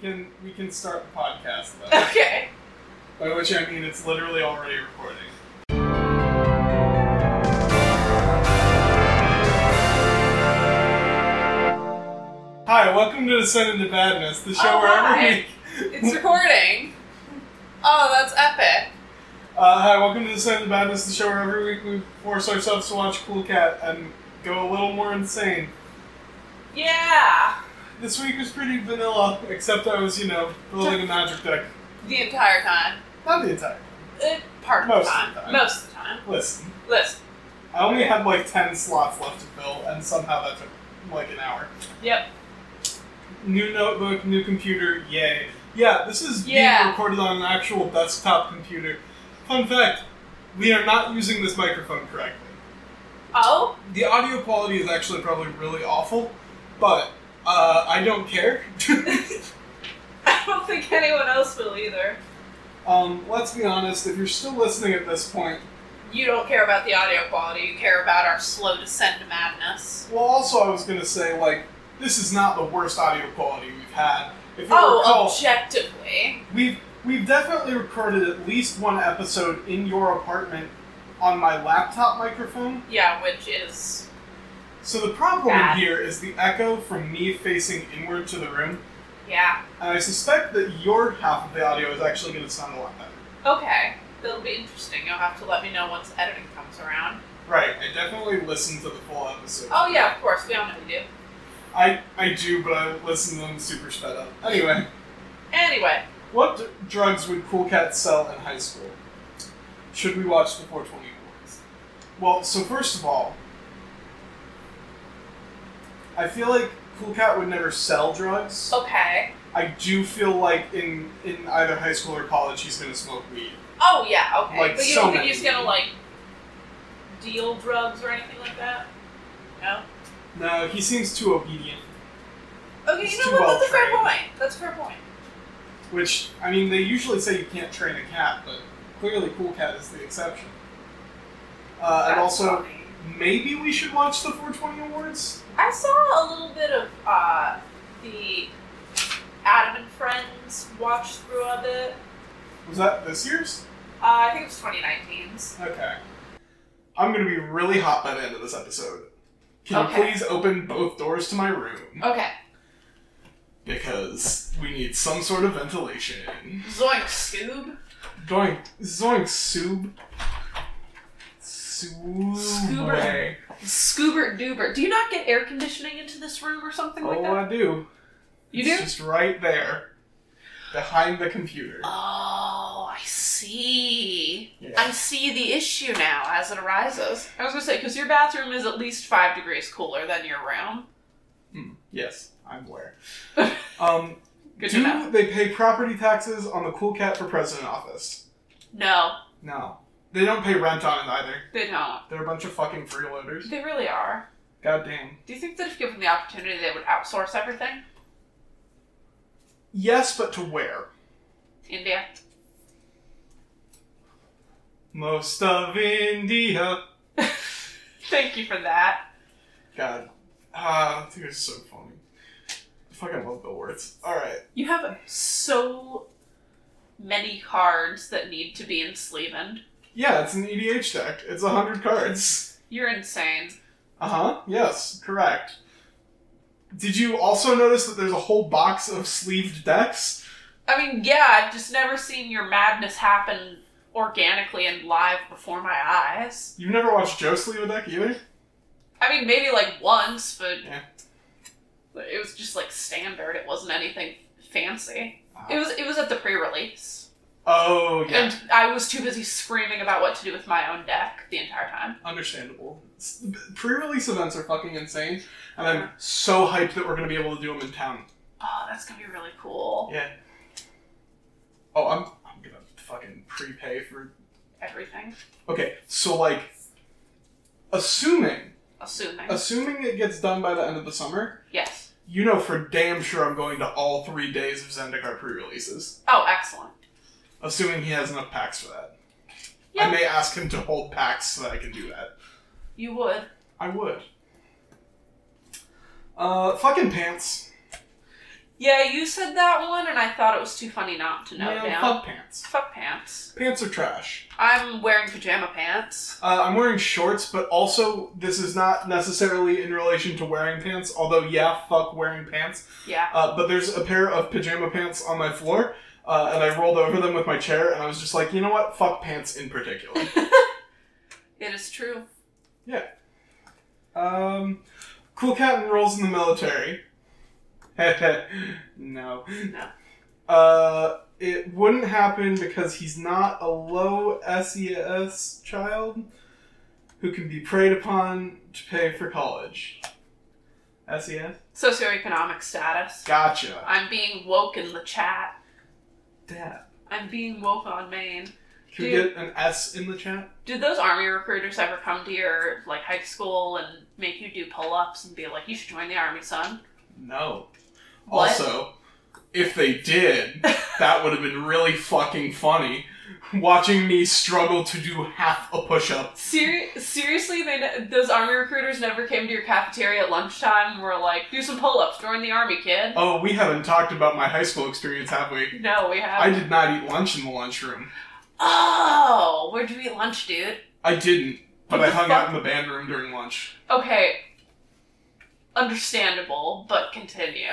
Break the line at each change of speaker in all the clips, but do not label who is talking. can we can start the podcast though.
Okay.
By which I mean it's literally already recording. Hi, welcome to Descend into Badness, the show
Oh,
where every
hi.
week.
It's recording. Oh, that's epic.
Uh, hi, welcome to Descend into Badness, the show where every week we force ourselves to watch Cool Cat and go a little more insane.
Yeah.
This week was pretty vanilla, except I was, you know, building a magic deck.
The entire time.
Not the entire.
Eh, part of
Most
the time.
of the time.
Most of the time.
Listen.
Listen.
I only had like ten slots left to fill, and somehow that took like an hour.
Yep.
New notebook, new computer, yay! Yeah, this is being
Yeah.
recorded on an actual desktop computer. Fun fact: we are not using this microphone correctly.
Oh.
The audio quality is actually probably really awful, but uh, I don't care.
I don't think anyone else will either.
um, let's be honest: if you're still listening at this point,
You don't care about the audio quality. You care about our slow descent to madness.
well, also I was gonna say like this is not the worst audio quality we've had. If you
Oh,
recall,
objectively.
We've we've definitely recorded at least one episode in your apartment on my laptop microphone.
Yeah, which is
So the problem
Bad.
here is the echo from me facing inward to the room,
yeah.
and I suspect that your half of the audio is actually going to sound a lot better.
Okay. That'll be interesting. You'll have to let me know once editing comes around.
Right. I definitely listened to the full episode.
Oh yeah, of course. We all know we do.
I I do, but I listen to them super sped up. Anyway,
Anyway.
what d- drugs would Cool Cat sell in high school? Should we watch the 420 Awards? Well, so first of all, I feel like Cool Cat would never sell drugs.
Oh. Okay.
I do feel like in in either high school or college, he's gonna smoke weed.
Oh yeah, okay.
Like,
but you
so
don't think
many.
he's gonna like deal drugs or anything like that? No.
No, he seems too obedient.
Okay,
He's
you
too
know what? That's a fair
well-trained.
point. That's a fair point.
Which I mean, they usually say you can't train a cat, but clearly Cool Cat is the exception. Uh, and
That's
also,
funny.
maybe we should watch the 420 Awards.
I saw a little bit of uh, the Adam and Friends watch through of it.
Was that this year's?
Uh, I think it was 2019's.
Okay. I'm gonna be really hot by the end of this episode. Can you
Okay.
please open both doors to my room?
Okay.
Because we need some sort of ventilation.
Zoink Scoob.
Zoink, zoink, Soob. Soob.
Scoober. Scoobert Doober. Do you not get air conditioning into this room or something like
Oh,
that?
I do.
You
it's
do?
just right there. Behind the computer.
Oh, I see.
Yeah.
Uh, I see the issue now as it arises. I was gonna say because your bathroom is at least five degrees cooler than your room.
Hmm, Yes, I'm aware. um,
Good to know.
do they pay property taxes on the Cool Cat for President office?
No,
No. They don't pay rent on it either.
they don't.
They're a bunch of fucking freeloaders.
They really are.
God damn.
Do you think that if given the opportunity, they would outsource everything?
Yes, but to where?
India.
Most of India.
Thank you for that.
God. Ah, that dude is so funny. I fucking love Bill Wirtz. Alright.
You have so many cards that need to be in Sleeven.
Yeah, it's an EDH deck. It's 100 cards.
You're insane.
Uh huh. Yes, correct. Did you also notice that there's a whole box of sleeved decks?
I mean, yeah, I've just never seen your madness happen organically and live before my eyes.
You've never watched Joe sleeve a deck either?
I mean, maybe like once, but
Yeah.
it was just like standard. It wasn't anything fancy. It was it was at the pre-release,
Oh, Uh-huh. yeah.
and I was too busy screaming about what to do with my own deck the entire time.
Understandable. S- Pre-release events are fucking insane, and I'm so hyped that we're gonna be able to do them in town.
Oh, that's gonna be really cool.
Yeah. Oh, I'm I'm gonna fucking prepay for.
Everything,
Okay, so like, assuming
assuming.
assuming it gets done by the end of the summer,
yes.
you know for damn sure I'm going to all three days of Zendikar pre-releases.
Oh, excellent.
Assuming he has enough packs for that, I
Yeah.
may ask him to hold packs so that I can do that.
You would.
I would. Uh, fucking pants.
Yeah, you said that one, and I thought it was too funny not to note
Man,
down.
fuck pants.
Fuck pants.
Pants are trash.
I'm wearing pajama pants.
Uh, I'm wearing shorts, but also this is not necessarily in relation to wearing pants. Although, yeah, fuck wearing pants.
Yeah.
Uh, but there's a pair of pajama pants on my floor, uh, and I rolled over them with my chair, and I was just like, you know what? Fuck pants in particular.
It is true.
um, cool cat enrolls in the military. no.
No.
Uh, it wouldn't happen because he's not a low SES child who can be preyed upon to pay for college. SES?
Socioeconomic status.
Gotcha.
I'm being woke in the chat.
Dad.
I'm being woke on Maine.
Can we
Dude.
get an S in the chat?
Did those army recruiters ever come to your like high school and make you do pull-ups and be like, "You should join the army, son"?
No.
What?
Also, if they did, that would have been really fucking funny. Watching me struggle to do half a push up.
Ser- seriously, they ne- those army recruiters never came to your cafeteria at lunchtime and were like, "Do some pull-ups, join the army, kid."
Oh, we haven't talked about my high school experience, have we?
No, we
I
haven't.
did not eat lunch in the lunchroom.
Oh, where'd you eat lunch, dude?
I didn't, but
What
I
the
hung out
fuck?
in the band room during lunch.
Okay, understandable, but continue.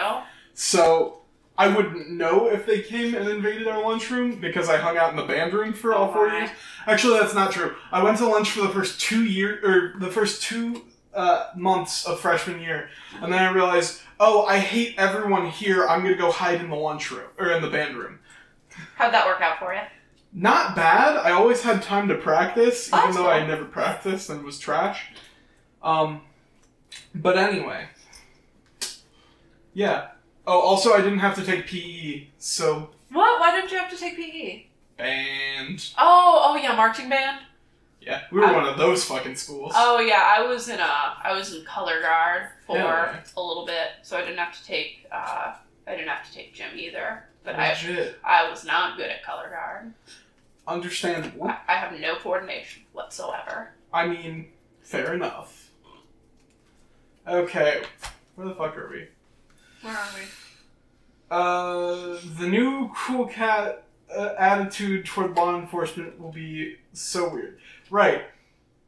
So, I wouldn't know if they came and invaded our lunchroom because I hung out in the band room for all four
Oh my.
years. Actually, that's not true. I went to lunch for the first two year or the first two uh, months of freshman year, and then I realized, oh, I hate everyone here. I'm gonna go hide in the lunchroom or in the band room.
How'd that work out for you?
Not bad. I always had time to practice, even
That's
though
cool.
I never practiced and was trash. Um, but anyway, yeah. Oh, also, I didn't have to take PE, so
What? Why didn't you have to take E? PE?
band.
Oh, oh yeah, marching band.
Yeah, we were
I-
one of those fucking schools.
Oh yeah, I was in a I was in color guard for
Hell yeah.
a little bit, so I didn't have to take uh, I didn't have to take gym either. But I
Legit.
I was not good at color guard.
Understandable.
I, I have no coordination whatsoever.
I mean, fair enough. Okay, where the fuck are we?
Where are we?
Uh, the new cool cat uh, attitude toward law enforcement will be so weird. Right.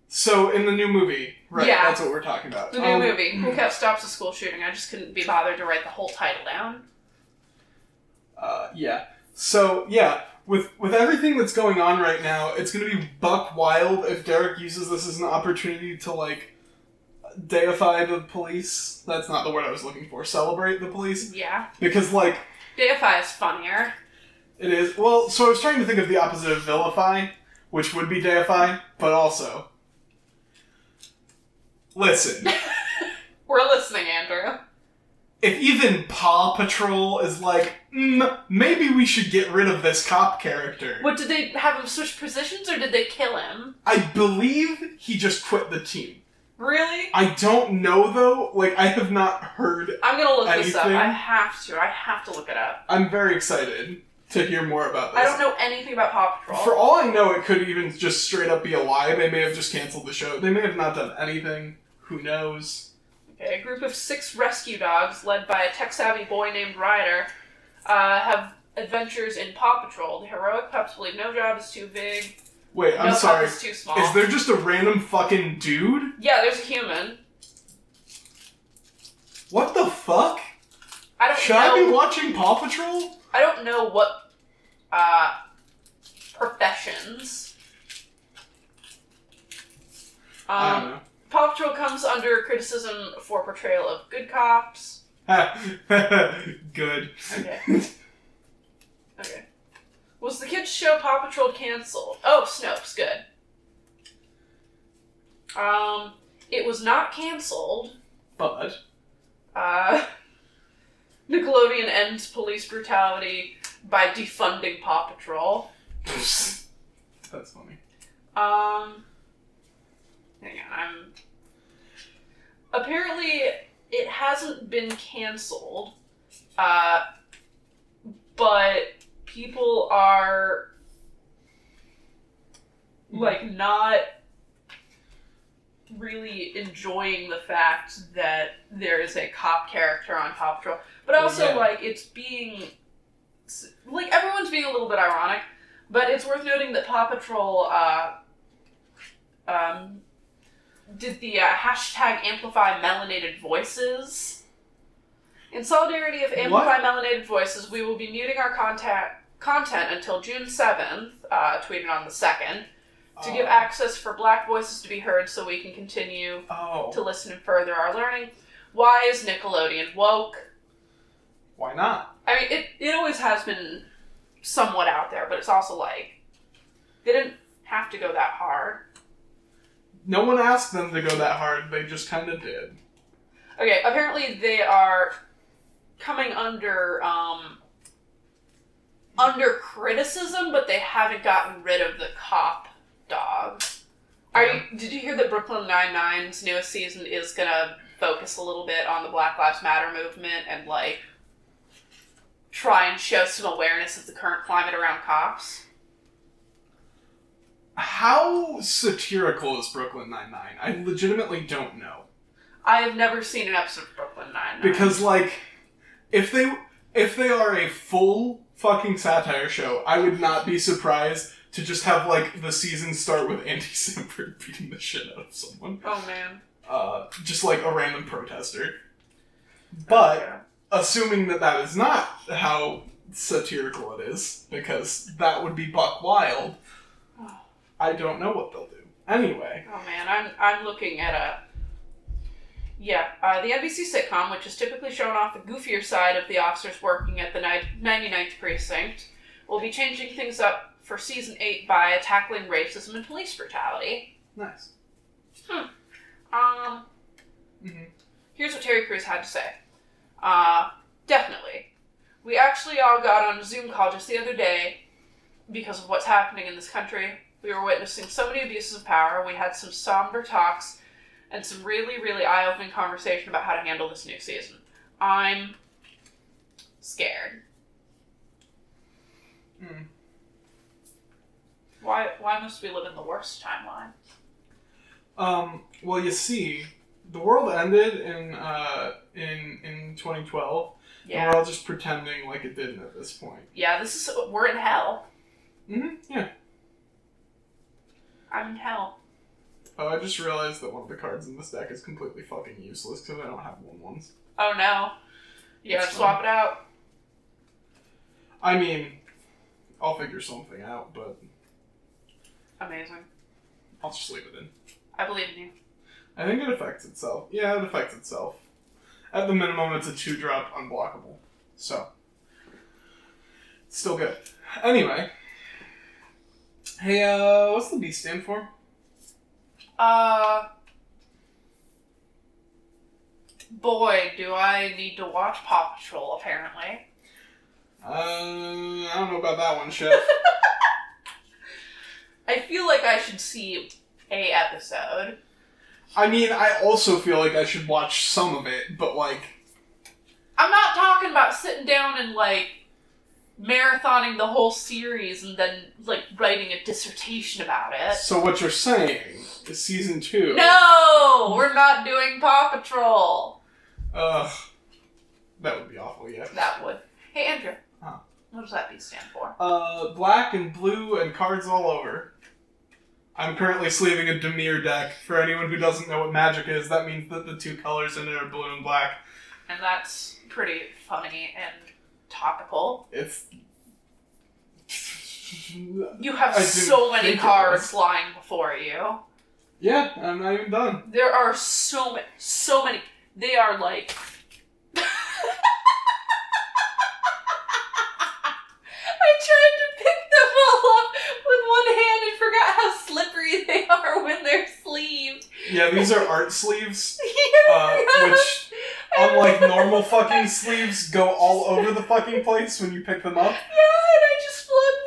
So in the new movie, right?
Yeah.
That's what we're talking about.
The new
Um,
movie, Cool Cat Stops a School Shooting. I just couldn't be bothered to write the whole title down.
Uh, yeah. So yeah, with with everything that's going on right now, it's gonna be buck wild if Derek uses this as an opportunity to like deify the police. That's not the word I was looking for. Celebrate the police
Yeah,
because like
Deify is funnier.
it is. Well, so I was trying to think of the opposite of vilify, which would be deify, but also. Listen,
We're listening, Andrew.
if even Paw Patrol is like, mm, maybe we should get rid of this cop character.
What did they have him switch positions or did they kill him?
I believe he just quit the team.
Really?
I don't know though. Like I have not heard.
I'm gonna look this up.
Anything?
I have to. I have to look it up.
I'm very excited to hear more about this.
I don't know anything about Paw Patrol.
For all I know, it could even just straight up be a lie. They may have just canceled the show. They may have not done anything. Who knows?
Okay, a group of six rescue dogs, led by a tech-savvy boy named Ryder, uh, have adventures in Paw Patrol. The heroic pups believe no job is too big,
Wait,
no
I'm sorry.
pup is too small.
Is there just a random fucking dude?
yeah, there's a human.
What the fuck?
I don't
Should I be
know.
watching Paw Patrol?
I don't know what uh, professions.
I don't
Um,
know.
Paw Patrol comes under criticism for portrayal of good cops.
Good.
Okay. okay. Was the kids' show Paw Patrol canceled? Oh, Snopes, good. Um, it was not canceled.
But
Uh, Nickelodeon ends police brutality by defunding Paw Patrol.
that's funny.
Um, hang on, I'm. Apparently, it hasn't been canceled, uh, but people are like not really enjoying the fact that there is a cop character on Paw Patrol, but also
Yeah.
like it's being s- like everyone's being a little bit ironic, but it's worth noting that Paw Patrol uh, um, did the uh, hashtag amplify melanated voices. In solidarity of Amplify Melanated Voices, we will be muting our contact, content until June 7th, uh, tweeted on the 2nd, to
Oh.
give access for black voices to be heard so we can continue
Oh,
to listen and further our learning. Why is Nickelodeon woke?
why not?
I mean, it, it always has been somewhat out there, but it's also like they didn't have to go that hard.
No one asked them to go that hard. They just kind of did.
Okay, apparently they are coming under um under criticism, but they haven't gotten rid of the cop dog. Are you did you hear that Brooklyn Nine Nine's newest season is gonna focus a little bit on the Black Lives Matter movement and like try and show some awareness of the current climate around cops?
How satirical is Brooklyn Nine Nine? I legitimately don't know
I have never seen an episode of Brooklyn Nine Nine.
because, like, if they if they are a full fucking satire show, I would not be surprised to just have like the season start with Andy Samberg beating the shit out of someone,
Oh man.
uh, just like a random protester. But assuming that that is not how satirical it is, because that would be Buck Wild. I don't know what they'll do. Anyway,
Oh man, I'm I'm looking at a yeah, uh, the NBC sitcom, which is typically shown off the goofier side of the officers working at the ni- 99th precinct, will be changing things up for season eight by tackling racism and police brutality.
nice.
Um,
hmm
here's what Terry Crews had to say. Uh, definitely. We actually all got on a Zoom call just the other day because of what's happening in this country. We were witnessing so many abuses of power. We had some somber talks and some really, really eye opening conversation about how to handle this new season. I'm scared.
Mm.
Why, why must we live in the worst timeline?
Um, well, you see, the world ended in uh, in in 2012, and
Yeah.
we're all just pretending like it didn't at this point.
Yeah, this is. We're in hell.
hmm Yeah.
I'm in hell.
Oh, I just realized that one of the cards in this deck is completely fucking useless because I don't have one ones.
Oh no. You gotta
That's
swap it out.
I mean, I'll figure something out, but
Amazing.
I'll just leave it in.
I believe in you.
I think it affects itself. Yeah, it affects itself. At the minimum, it's a two drop unblockable. So, still good. Anyway, hey, uh, what's the B stand for?
Uh. Boy, do I need to watch Paw Patrol, apparently.
Uh, I don't know about that one, Chef.
I feel like I should see a episode.
I mean, I also feel like I should watch some of it, but like,
I'm not talking about sitting down and, like, marathoning the whole series and then, like, writing a dissertation about it.
so what you're saying is season two.
Uh, No! We're not doing Paw Patrol!
Ugh, that would be awful. Yeah.
That would. Hey, Andrew.
Huh.
What does that B stand for?
Uh, black and blue and cards all over. I'm currently sleeving a Demir deck. For anyone who doesn't know what magic is, that means that the two colors in it are blue and black.
And that's pretty funny and topical.
It's.
You have
I didn't
so many
think it
cards
was.
lying before you.
yeah, I'm not even done.
There are so many, so many. They are like. I tried to pick them all up with one hand and forgot how slippery they are when they're sleeved.
Yeah, these are art sleeves, uh, which, unlike normal fucking sleeves, go all over the fucking place when you pick them up.
Yeah, and I just flubbed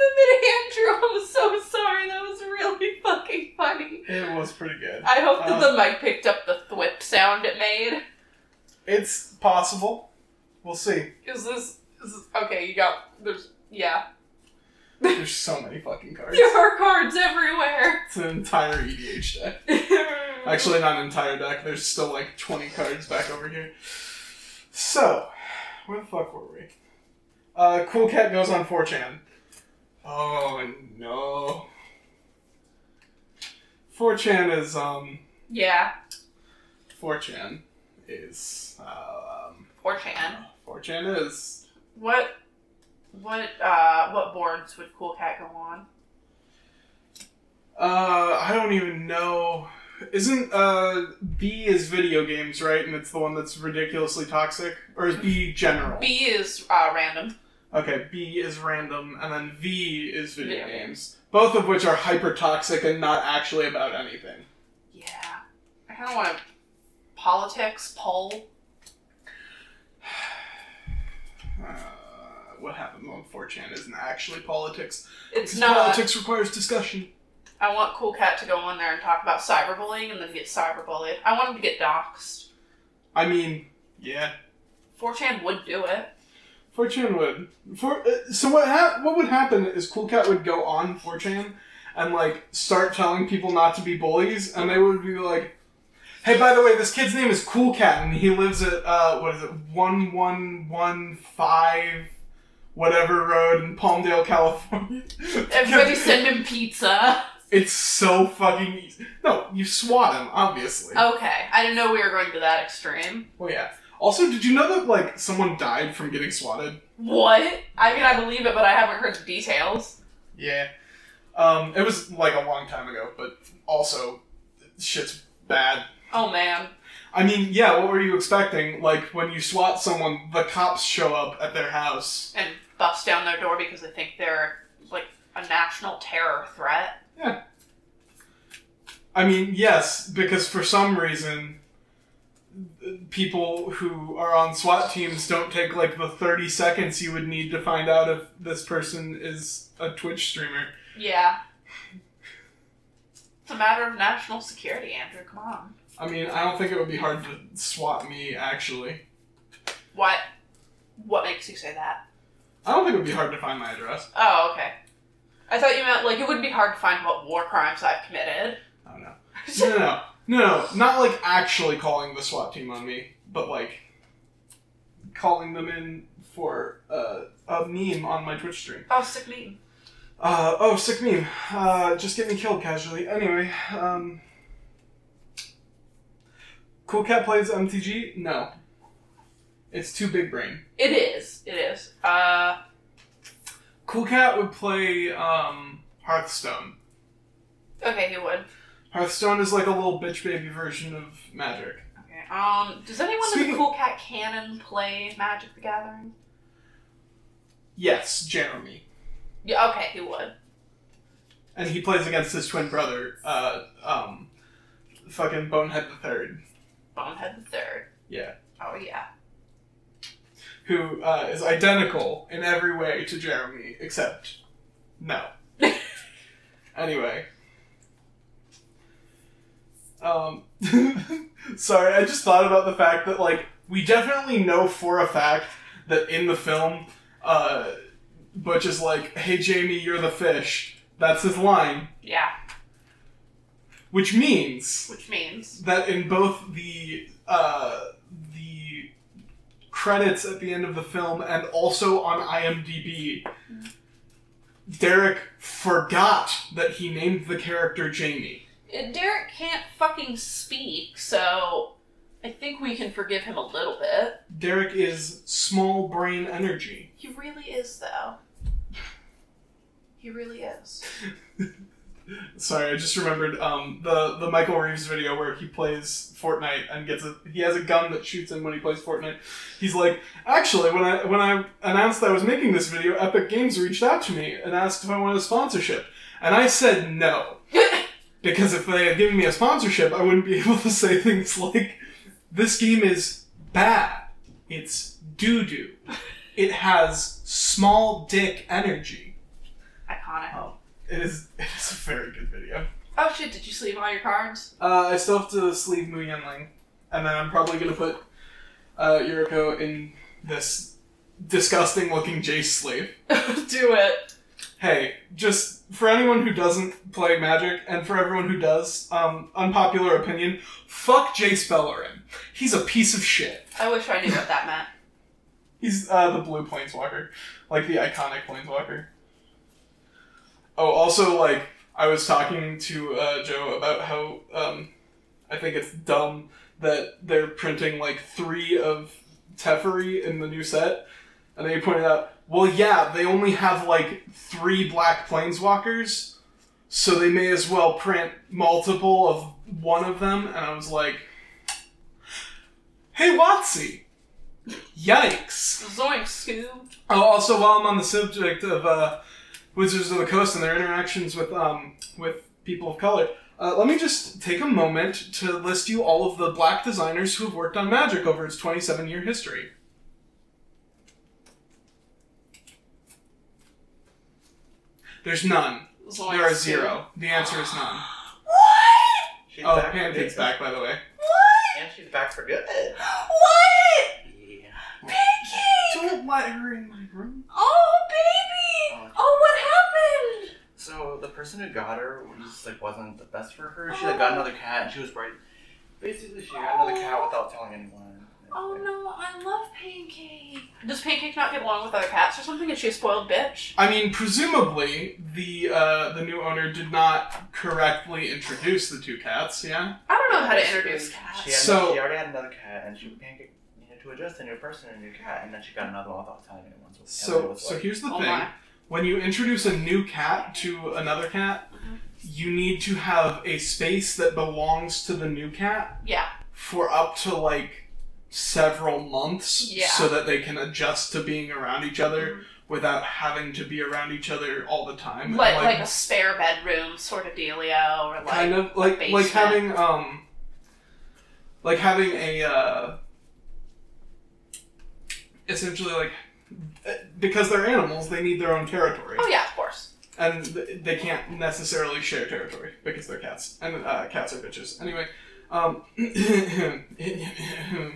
them in Andrew. I'm so sorry. That was really fucking funny.
It was pretty good.
I hope that
Uh.
the mic picked up the thwip sound it made.
It's possible. We'll see.
Is this, is this okay? You got there's yeah.
There's so many fucking cards.
There are cards everywhere.
It's an entire EDH deck. Actually, not an entire deck. There's still like 20 cards back over here. So, where the fuck were we? Uh, cool Cat goes on 4chan. Oh no. 4chan is, um,
yeah,
4chan is, um,
poor Chan.
4chan is.
What, what, uh, what boards would Cool Cat go on?
Uh, I don't even know. Isn't, uh, B is video games, right? And it's the one that's ridiculously toxic? Or is B general?
B is uh, random.
Okay, B is random, and then V is video
Video
games. Both of which are hyper toxic and not actually about anything.
Yeah, I kind of want to politics poll.
Uh, what happened on 4chan isn't actually politics.
It's
'Cause
not.
Politics requires discussion.
I want Cool Cat to go on there and talk about cyberbullying and then get cyberbullied. I want him to get doxxed.
I mean, yeah.
4chan would do it.
4chan would. For, uh, so what hap what would happen is Cool Cat would go on 4chan and like start telling people not to be bullies, and they would be like, "Hey, by the way, this kid's name is Cool Cat, and he lives at uh, what is it, one one one five, whatever road in Palmdale, California."
Everybody send him pizza.
It's so fucking easy. No, you swat him, obviously.
Okay, I didn't know we were going to that extreme.
Well, yeah. Also, did you know that like someone died from getting swatted?
What? I mean, I believe it, but I haven't heard the details.
Yeah. Um, it was like a long time ago, but also, shit's bad.
Oh man.
I mean, yeah, what were you expecting? Like, when you swat someone, the cops show up at their house.
And bust down their door because they think they're like a national terror threat.
I mean, yes, because for some reason, people who are on SWAT teams don't take, like, the 30 seconds you would need to find out if this person is a Twitch streamer.
Yeah. It's a matter of national security, Andrew. Come on.
I mean, I don't think it would be hard to swat me, actually.
What? What makes you say that?
I don't think it would be hard to find my address.
Oh, okay. I thought you meant like it wouldn't be hard to find what war crimes I've committed.
Oh no. No, no, no. No, no. Not like actually calling the SWAT team on me, but like calling them in for uh, a meme on my Twitch stream.
Oh, sick meeting.
Uh, oh, sick meme. Uh, just get me killed casually. Anyway, um. Cool Cat plays MTG? No. It's too big brain.
It is. It is. Uh,
Cool Cat would play um, Hearthstone.
okay, he would.
Hearthstone is like a little bitch baby version of Magic.
Okay. Um, does anyone in
Speaking-
the Cool Cat canon play Magic the Gathering?
Yes, Jeremy.
Yeah. Okay, he would.
and he plays against his twin brother, uh, um, fucking Bonehead the Third,
Bonehead the Third.
Yeah.
Oh yeah.
who uh, is identical in every way to Jeremy, except no. anyway, um, sorry, I just thought about the fact that like we definitely know for a fact that in the film, uh, Butch is like, "Hey Jamie, you're the fish." That's his line,
Yeah.
which means
Which means
that in both the uh, the credits at the end of the film and also on IMDb, Derek forgot that he named the character Jamie.
Uh, Derek can't fucking speak, so I think we can forgive him a little bit.
Derek is small brain energy.
He really is, though. He really is.
Sorry, I just remembered um, the the Michael Reeves video where he plays Fortnite and gets a he has a gun that shoots him when he plays Fortnite. He's like, actually, when I when I announced I was making this video, Epic Games reached out to me and asked if I wanted a sponsorship, and I said no because if they had given me a sponsorship, I wouldn't be able to say things like, "This game is bad. It's doo doo. It has small dick energy."
Iconic.
Oh, it is it is a very good video.
Oh shit, did you sleeve all your cards?
Uh, I still have to sleeve Mu Yanling, and then I'm probably gonna put uh, Yuriko in this disgusting looking Jace sleeve.
Do it.
hey, just for anyone who doesn't play Magic, and for everyone who does, um, unpopular opinion: fuck Jace Bellerin. He's a piece of shit.
I wish I knew what that meant.
He's uh, the blue planeswalker, like the iconic planeswalker. Oh, also, like I was talking to uh, Joe about how um, I think it's dumb that they're printing like three of Teferi in the new set, and then he pointed out, well, yeah, they only have like three black planeswalkers, so they may as well print multiple of one of them. And I was like, hey, Watsy, yikes.
Zoinks, Scoob.
Oh, also, while I'm on the subject of uh, Wizards of the Coast and their interactions with um, with people of color, uh, let me just take a moment to list you all of the black designers who have worked on Magic over its 27 year history. There's none.
Zoinks,
There are
Scoob.
zero. The answer is none.
What?
She's
Oh,
back for
Pancake's
good.
back, by the way.
What?
And she's back for good.
What?
Yeah.
Pinky!
Don't let her in my room.
Oh, baby! Oh, what happened?
So the person who got her was like wasn't the best for her. She like got another cat and she was right. Basically, she got another cat without telling anyone.
Oh no, I love Pancake. Does Pancake not get along with other cats or something? Is she a spoiled bitch?
I mean, presumably the uh, the new owner did not correctly introduce the two cats. Yeah.
I don't know how to
She-
introduce
She,
cats.
had,
So-
she already had another cat, and she pancake needed to adjust a new person and a new cat, and then she got another one without telling anyone. So, Emily
So
was
so
like,
here's the
Oh
thing.
my.
when you introduce a new cat to another cat,
Mhm.
you need to have a space that belongs to the new cat
Yeah.
for up to like several months
Yeah. Mm-hmm.
so that they can adjust to being around each other without having to be around each other all the time. And,
Like, like a spare bedroom sort of dealio, or like
kind of like like
basement.
having um like having a uh essentially like because they're animals, they need their own territory
oh yeah, of course.
and th- they can't necessarily share territory because they're cats, and uh, cats are bitches. Anyway, um,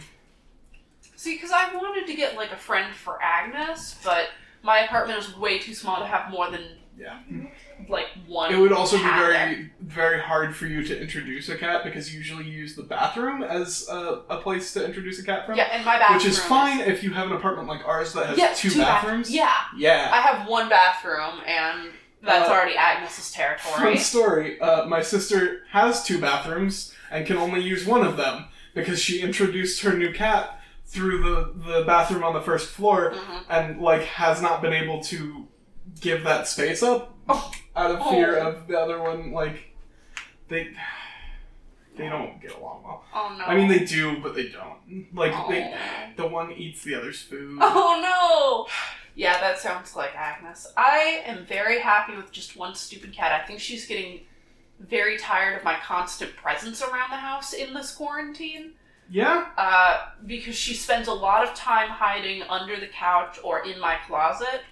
See, because I wanted to get like a friend for Agnes, but my apartment is way too small to have more than
Yeah.
like one.
it would also be
cat there.
very, very hard for you to introduce a cat because usually you use the bathroom as a, a place to introduce a cat from,
yeah, and my bathroom
which is fine if you have an apartment like ours that has
Yeah,
two,
bath-
bathrooms.
yeah,
yeah.
I have one bathroom, and that's
Uh,
already Agnes's
Fun
territory.
story. Uh, my sister has two bathrooms and can only use one of them because she introduced her new cat through the, the bathroom on the first floor
Mhm.
and like has not been able to give that space up
Oh.
out of fear
Oh.
of the other one. Like they they don't get along well.
Oh no!
I mean, they do, but they don't. Like they,
Oh.
the one eats the other's food.
Oh no! Yeah, that sounds like Agnes. I am very happy with just one stupid cat. I think she's getting very tired of my constant presence around the house in this quarantine
Yeah,
uh, because she spends a lot of time hiding under the couch or in my closet.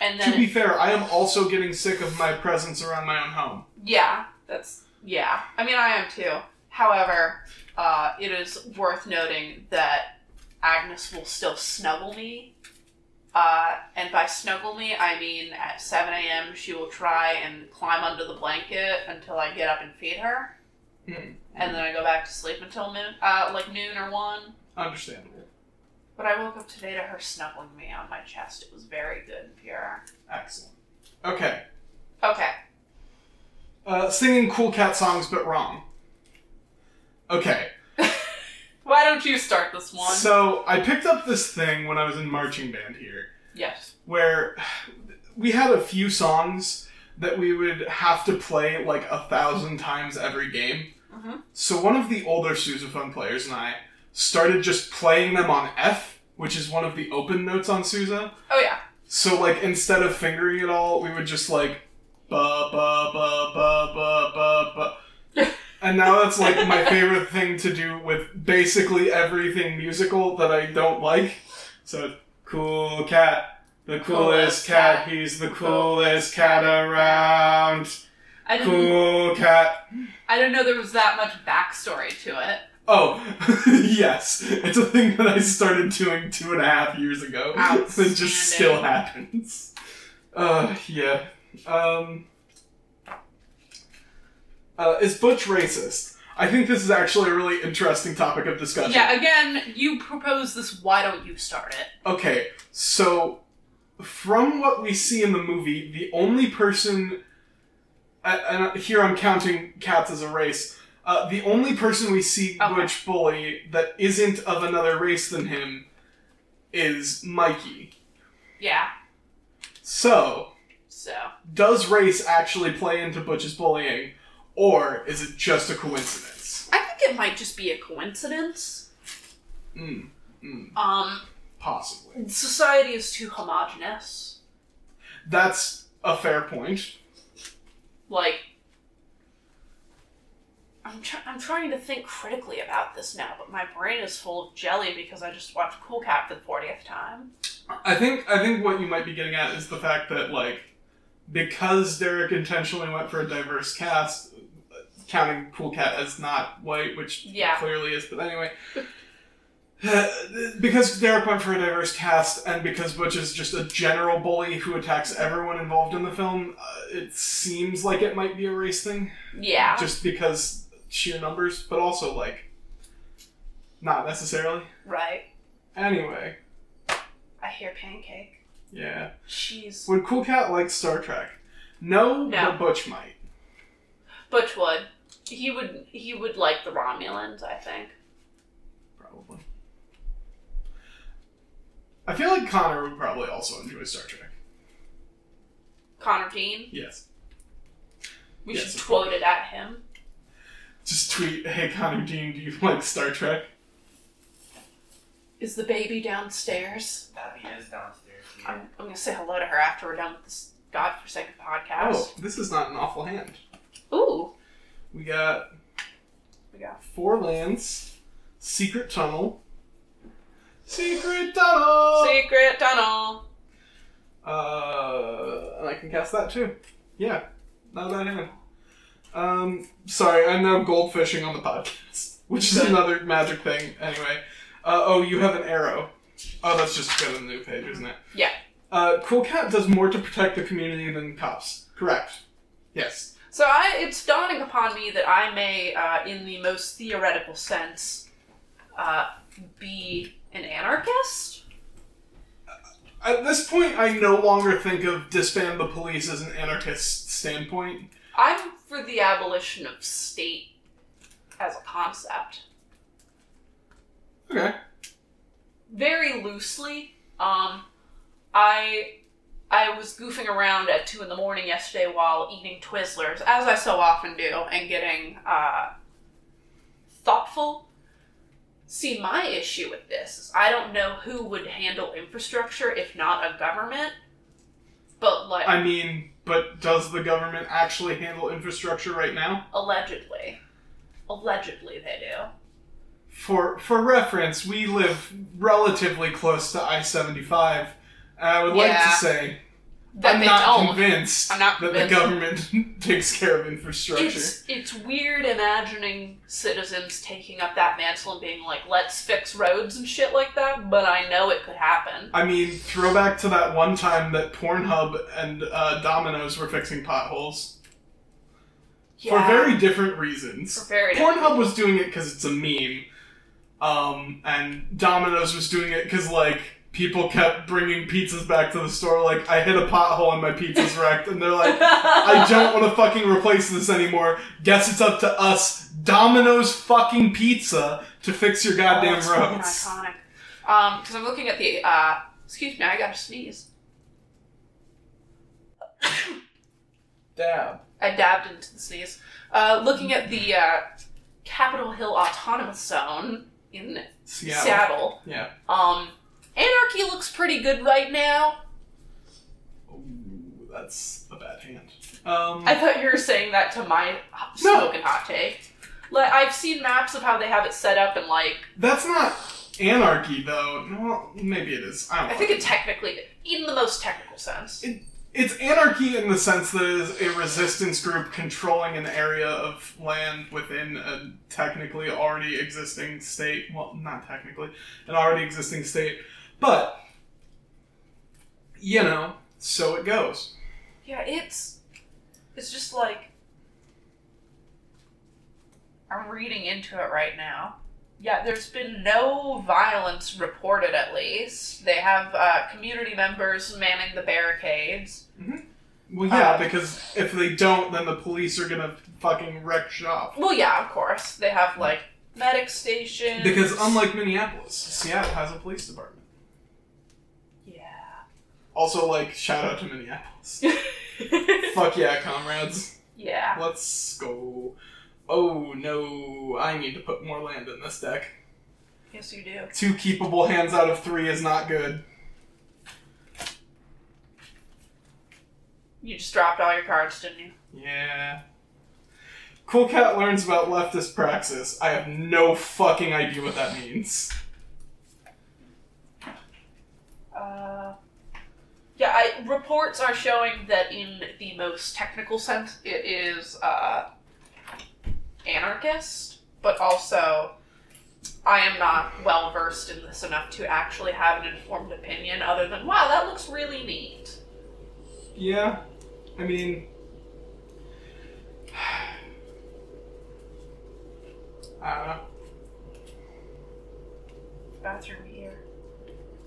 And
to be
then,
fair, I am also getting sick of my presence around my own home.
yeah, that's, yeah. I mean, I am too. However, uh, it is worth noting that Agnes will still snuggle me. Uh, and by snuggle me, I mean at 7 a.m., she will try and climb under the blanket until I get up and feed her.
Mm.
And then I go back to sleep until noon, uh, like noon or 1.
Understandable.
But I woke up today to her snuggling me on my chest. It was very good and pure.
Excellent. Okay.
Okay.
Uh, singing cool cat songs but wrong. Okay.
Why don't you start this one?
So I picked up this thing when I was in marching band here
yes.
where we had a few songs that we would have to play like a thousand times every game.
Mhm.
So one of the older sousaphone players and I started just playing them on F, which is one of the open notes on Sousa.
Oh yeah.
So like instead of fingering it all, we would just like ba ba ba ba ba ba ba. And now that's like my favorite thing to do with basically everything musical that I don't like. So cool cat, the coolest
Coolest
cat,
cat.
he's the coolest cat around.
I didn't.
Cool cat.
I didn't know there was that much backstory to it.
Oh, yes. It's a thing that I started doing two and a half years ago. That just still
Outstanding.
happens. Uh, yeah. Um, uh, is Butch racist? I think this is actually a really interesting topic of discussion.
Yeah, again, you propose this. Why don't you start it?
Okay, so from what we see in the movie, the only person, and- and here I'm counting cats as a race, uh, the only person we see
Okay.
Butch bully that isn't of another race than him is Mikey.
Yeah.
So,
So
does race actually play into Butch's bullying, or is it just a coincidence?
I think it might just be a coincidence.
Mm, mm,
Um,
possibly.
society is too homogenous.
That's a fair point.
Like, I'm try- I'm trying to think critically about this now, but my brain is full of jelly because I just watched Cool Cat for the fortieth time.
I think I think what you might be getting at is the fact that like because Derek intentionally went for a diverse cast, counting Cool Cat as not white, which he
Yeah.
clearly is, but anyway. Because Derek went for a diverse cast, and because Butch is just a general bully who attacks everyone involved in the film, uh, it seems like it might be a race thing,
Yeah.
just because sheer numbers, but also like not necessarily.
right.
Anyway,
I hear pancake.
yeah.
She's
Would Cool Cat like Star Trek? No,
No.
but Butch might.
Butch would. He would. He would like the Romulans. I think.
Probably. I feel like Connor would probably also enjoy Star Trek.
Connor Dean.
Yes.
We
Yes,
should
of
quote it at him.
Just tweet, hey Connor Dean, do you like Star Trek?
Is the baby downstairs?
That is downstairs.
I'm, I'm gonna say hello to her after we're done with this godforsaken podcast.
Oh, this is not an awful hand. Oh.
Ooh.
We got
We got
Four Lands, Secret Tunnel, Secret Tunnel!
secret tunnel.
Uh, and I can cast that too. Yeah, not a bad hand. Um, sorry, I'm now goldfishing on the podcast, which is
Good.
another magic thing. Anyway, uh, oh, you have an arrow. Oh, that's just to go to the new page, isn't it?
Yeah.
Uh, cool cat does more to protect the community than cops. Correct. Yes.
So I, it's dawning upon me that I may, uh, in the most theoretical sense, uh, be an anarchist.
At this point, I no longer think of disband the police as an anarchist standpoint.
I'm for the abolition of state as a concept,
Okay.
very loosely. Um, I. I was goofing around at two in the morning yesterday while eating Twizzlers, as I so often do, and getting uh, thoughtful. See, my issue with this is I don't know who would handle infrastructure if not a government. But like,
I mean, but does the government actually handle infrastructure right now?
allegedly, allegedly they do.
For for reference, we live relatively close to I seventy five. I would like to
Yeah.
say
That
I'm
they
not
don't.
convinced
I'm not
that the government takes care of infrastructure.
It's it's weird imagining citizens taking up that mantle and being like, let's fix roads and shit like that. But I know it could happen.
I mean, throwback to that one time that Pornhub and uh, Domino's were fixing potholes
Yeah.
for very different reasons.
For very
Pornhub was doing it because it's a meme, um, and Domino's was doing it because like people kept bringing pizzas back to the store. Like I hit a pothole and my pizza's wrecked, and they're like. I don't want to fucking replace this anymore. Guess it's up to us, Domino's fucking pizza, to fix your
Oh,
goddamn
it's fucking
roads.
Iconic. Um, because I'm looking at the. uh Excuse me, I got to sneeze.
Dab.
I dabbed into the sneeze. Uh, looking at the uh, Capitol Hill Autonomous Zone in
Seattle.
Seattle.
Yeah.
Um, anarchy looks pretty good right now.
Ooh, that's a bad hand. Um,
I thought you were saying that to my h-
No.
smoking hot take. Like I've seen maps of how they have it set up, and like
that's not anarchy, though. No, maybe it is. I don't.
I
know.
think it technically, in the most technical sense,
it's anarchy in the sense that it is a resistance group controlling an area of land within a technically already existing state. Well, not technically, an already existing state. But, you know, so it goes.
Yeah, it's it's just like I'm reading into it right now. Yeah, there's been no violence reported. At least they have uh, community members manning the barricades.
Well, yeah,
Uh,
because if they don't, then the police are gonna fucking wreck shop.
Well, yeah, of course they have like medic stations.
Because unlike Minneapolis, Seattle has a police department.
yeah,
Also, like, shout out to Minneapolis. Fuck yeah, comrades.
yeah,
Let's go. Oh no, I need to put more land in this deck.
yes you do.
Two keepable hands out of three is not good.
You just dropped all your cards, didn't you?
Yeah. Cool Cat learns about leftist praxis. I have no fucking idea what that means.
Uh, yeah, I, reports are showing that in the most technical sense, it is uh, anarchist, but also I am not well versed in this enough to actually have an informed opinion other than, wow, that looks really neat.
Yeah, I mean, I don't know.
Bathroom here.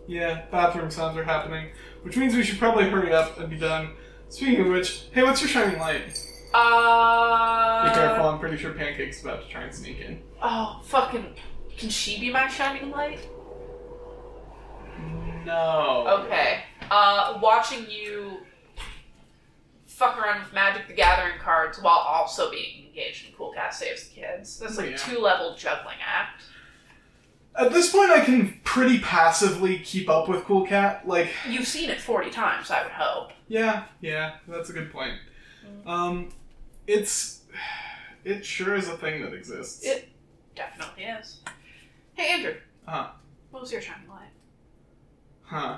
Yeah, bathroom sounds are happening, which means we should probably hurry up and be done. Speaking of which, hey, what's your shining light? Be
Uh,
careful, I'm pretty sure Pancake's about to try and sneak in.
Oh, fucking. Can she be my shining light?
No.
Okay. Uh, watching you fuck around with Magic the Gathering cards while also being engaged in Cool Cat Saves the Kids. That's like
Yeah.
two level juggling act.
At this point, I can pretty passively keep up with Cool Cat. Like,
You've seen it 40 times, I would hope.
Yeah, yeah, that's a good point. Um, it's it sure is a thing that exists.
It- Definitely is. Hey, Andrew.
Huh.
What was your shining light?
huh.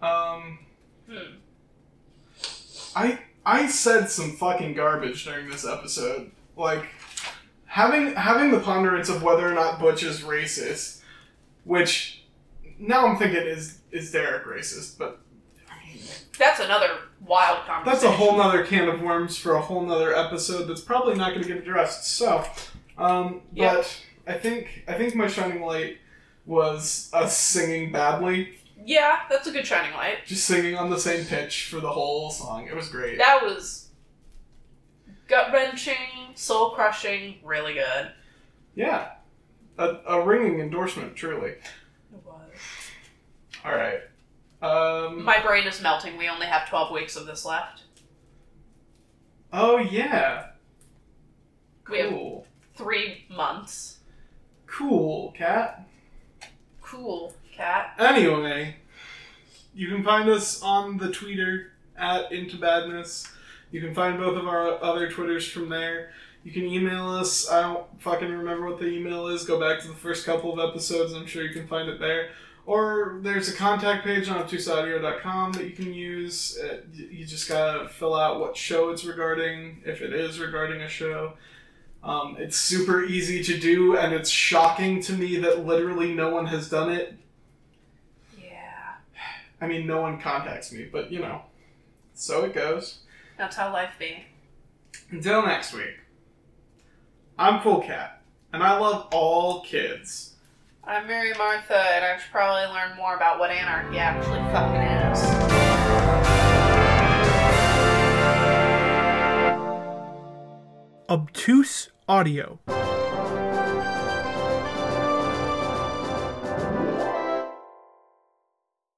Um,
Hmm.
I I said some fucking garbage during this episode. Like having having the ponderance of whether or not Butch is racist, which now I'm thinking is is Derek racist, but I mean,
That's another wild conversation.
That's a whole nother can of worms for a whole nother episode that's probably not going to get addressed. So, um, but
Yeah.
I think I think my shining light was us singing badly,
Yeah, that's a good shining light.
just singing on the same pitch for the whole song. It was great.
That was gut wrenching, soul crushing, really good.
Yeah, a, a ringing endorsement, truly.
It was.
All right. Um,
My brain is melting. We only have 12 weeks of this left.
oh yeah.
We have-
Cool.
three months.
Cool cat.
Cool cat.
Anyway, you can find us on the Twitter at Into Badness. You can find both of our other Twitters from there. You can email us. I don't fucking remember what the email is. Go back to the first couple of episodes. I'm sure you can find it there. Or there's a contact page on obtuseaudio.com that you can use. Uh, y- You just gotta fill out what show it's regarding, if it is regarding a show. Um, it's super easy to do, and it's shocking to me that literally no one has done it.
Yeah.
I mean, no one contacts me, but you know, so it goes.
That's how life be.
Until next week, I'm Cool Cat, and I love all kids.
I'm Mary Martha, and I should probably learn more about what anarchy actually fucking is.
Obtuse Audio.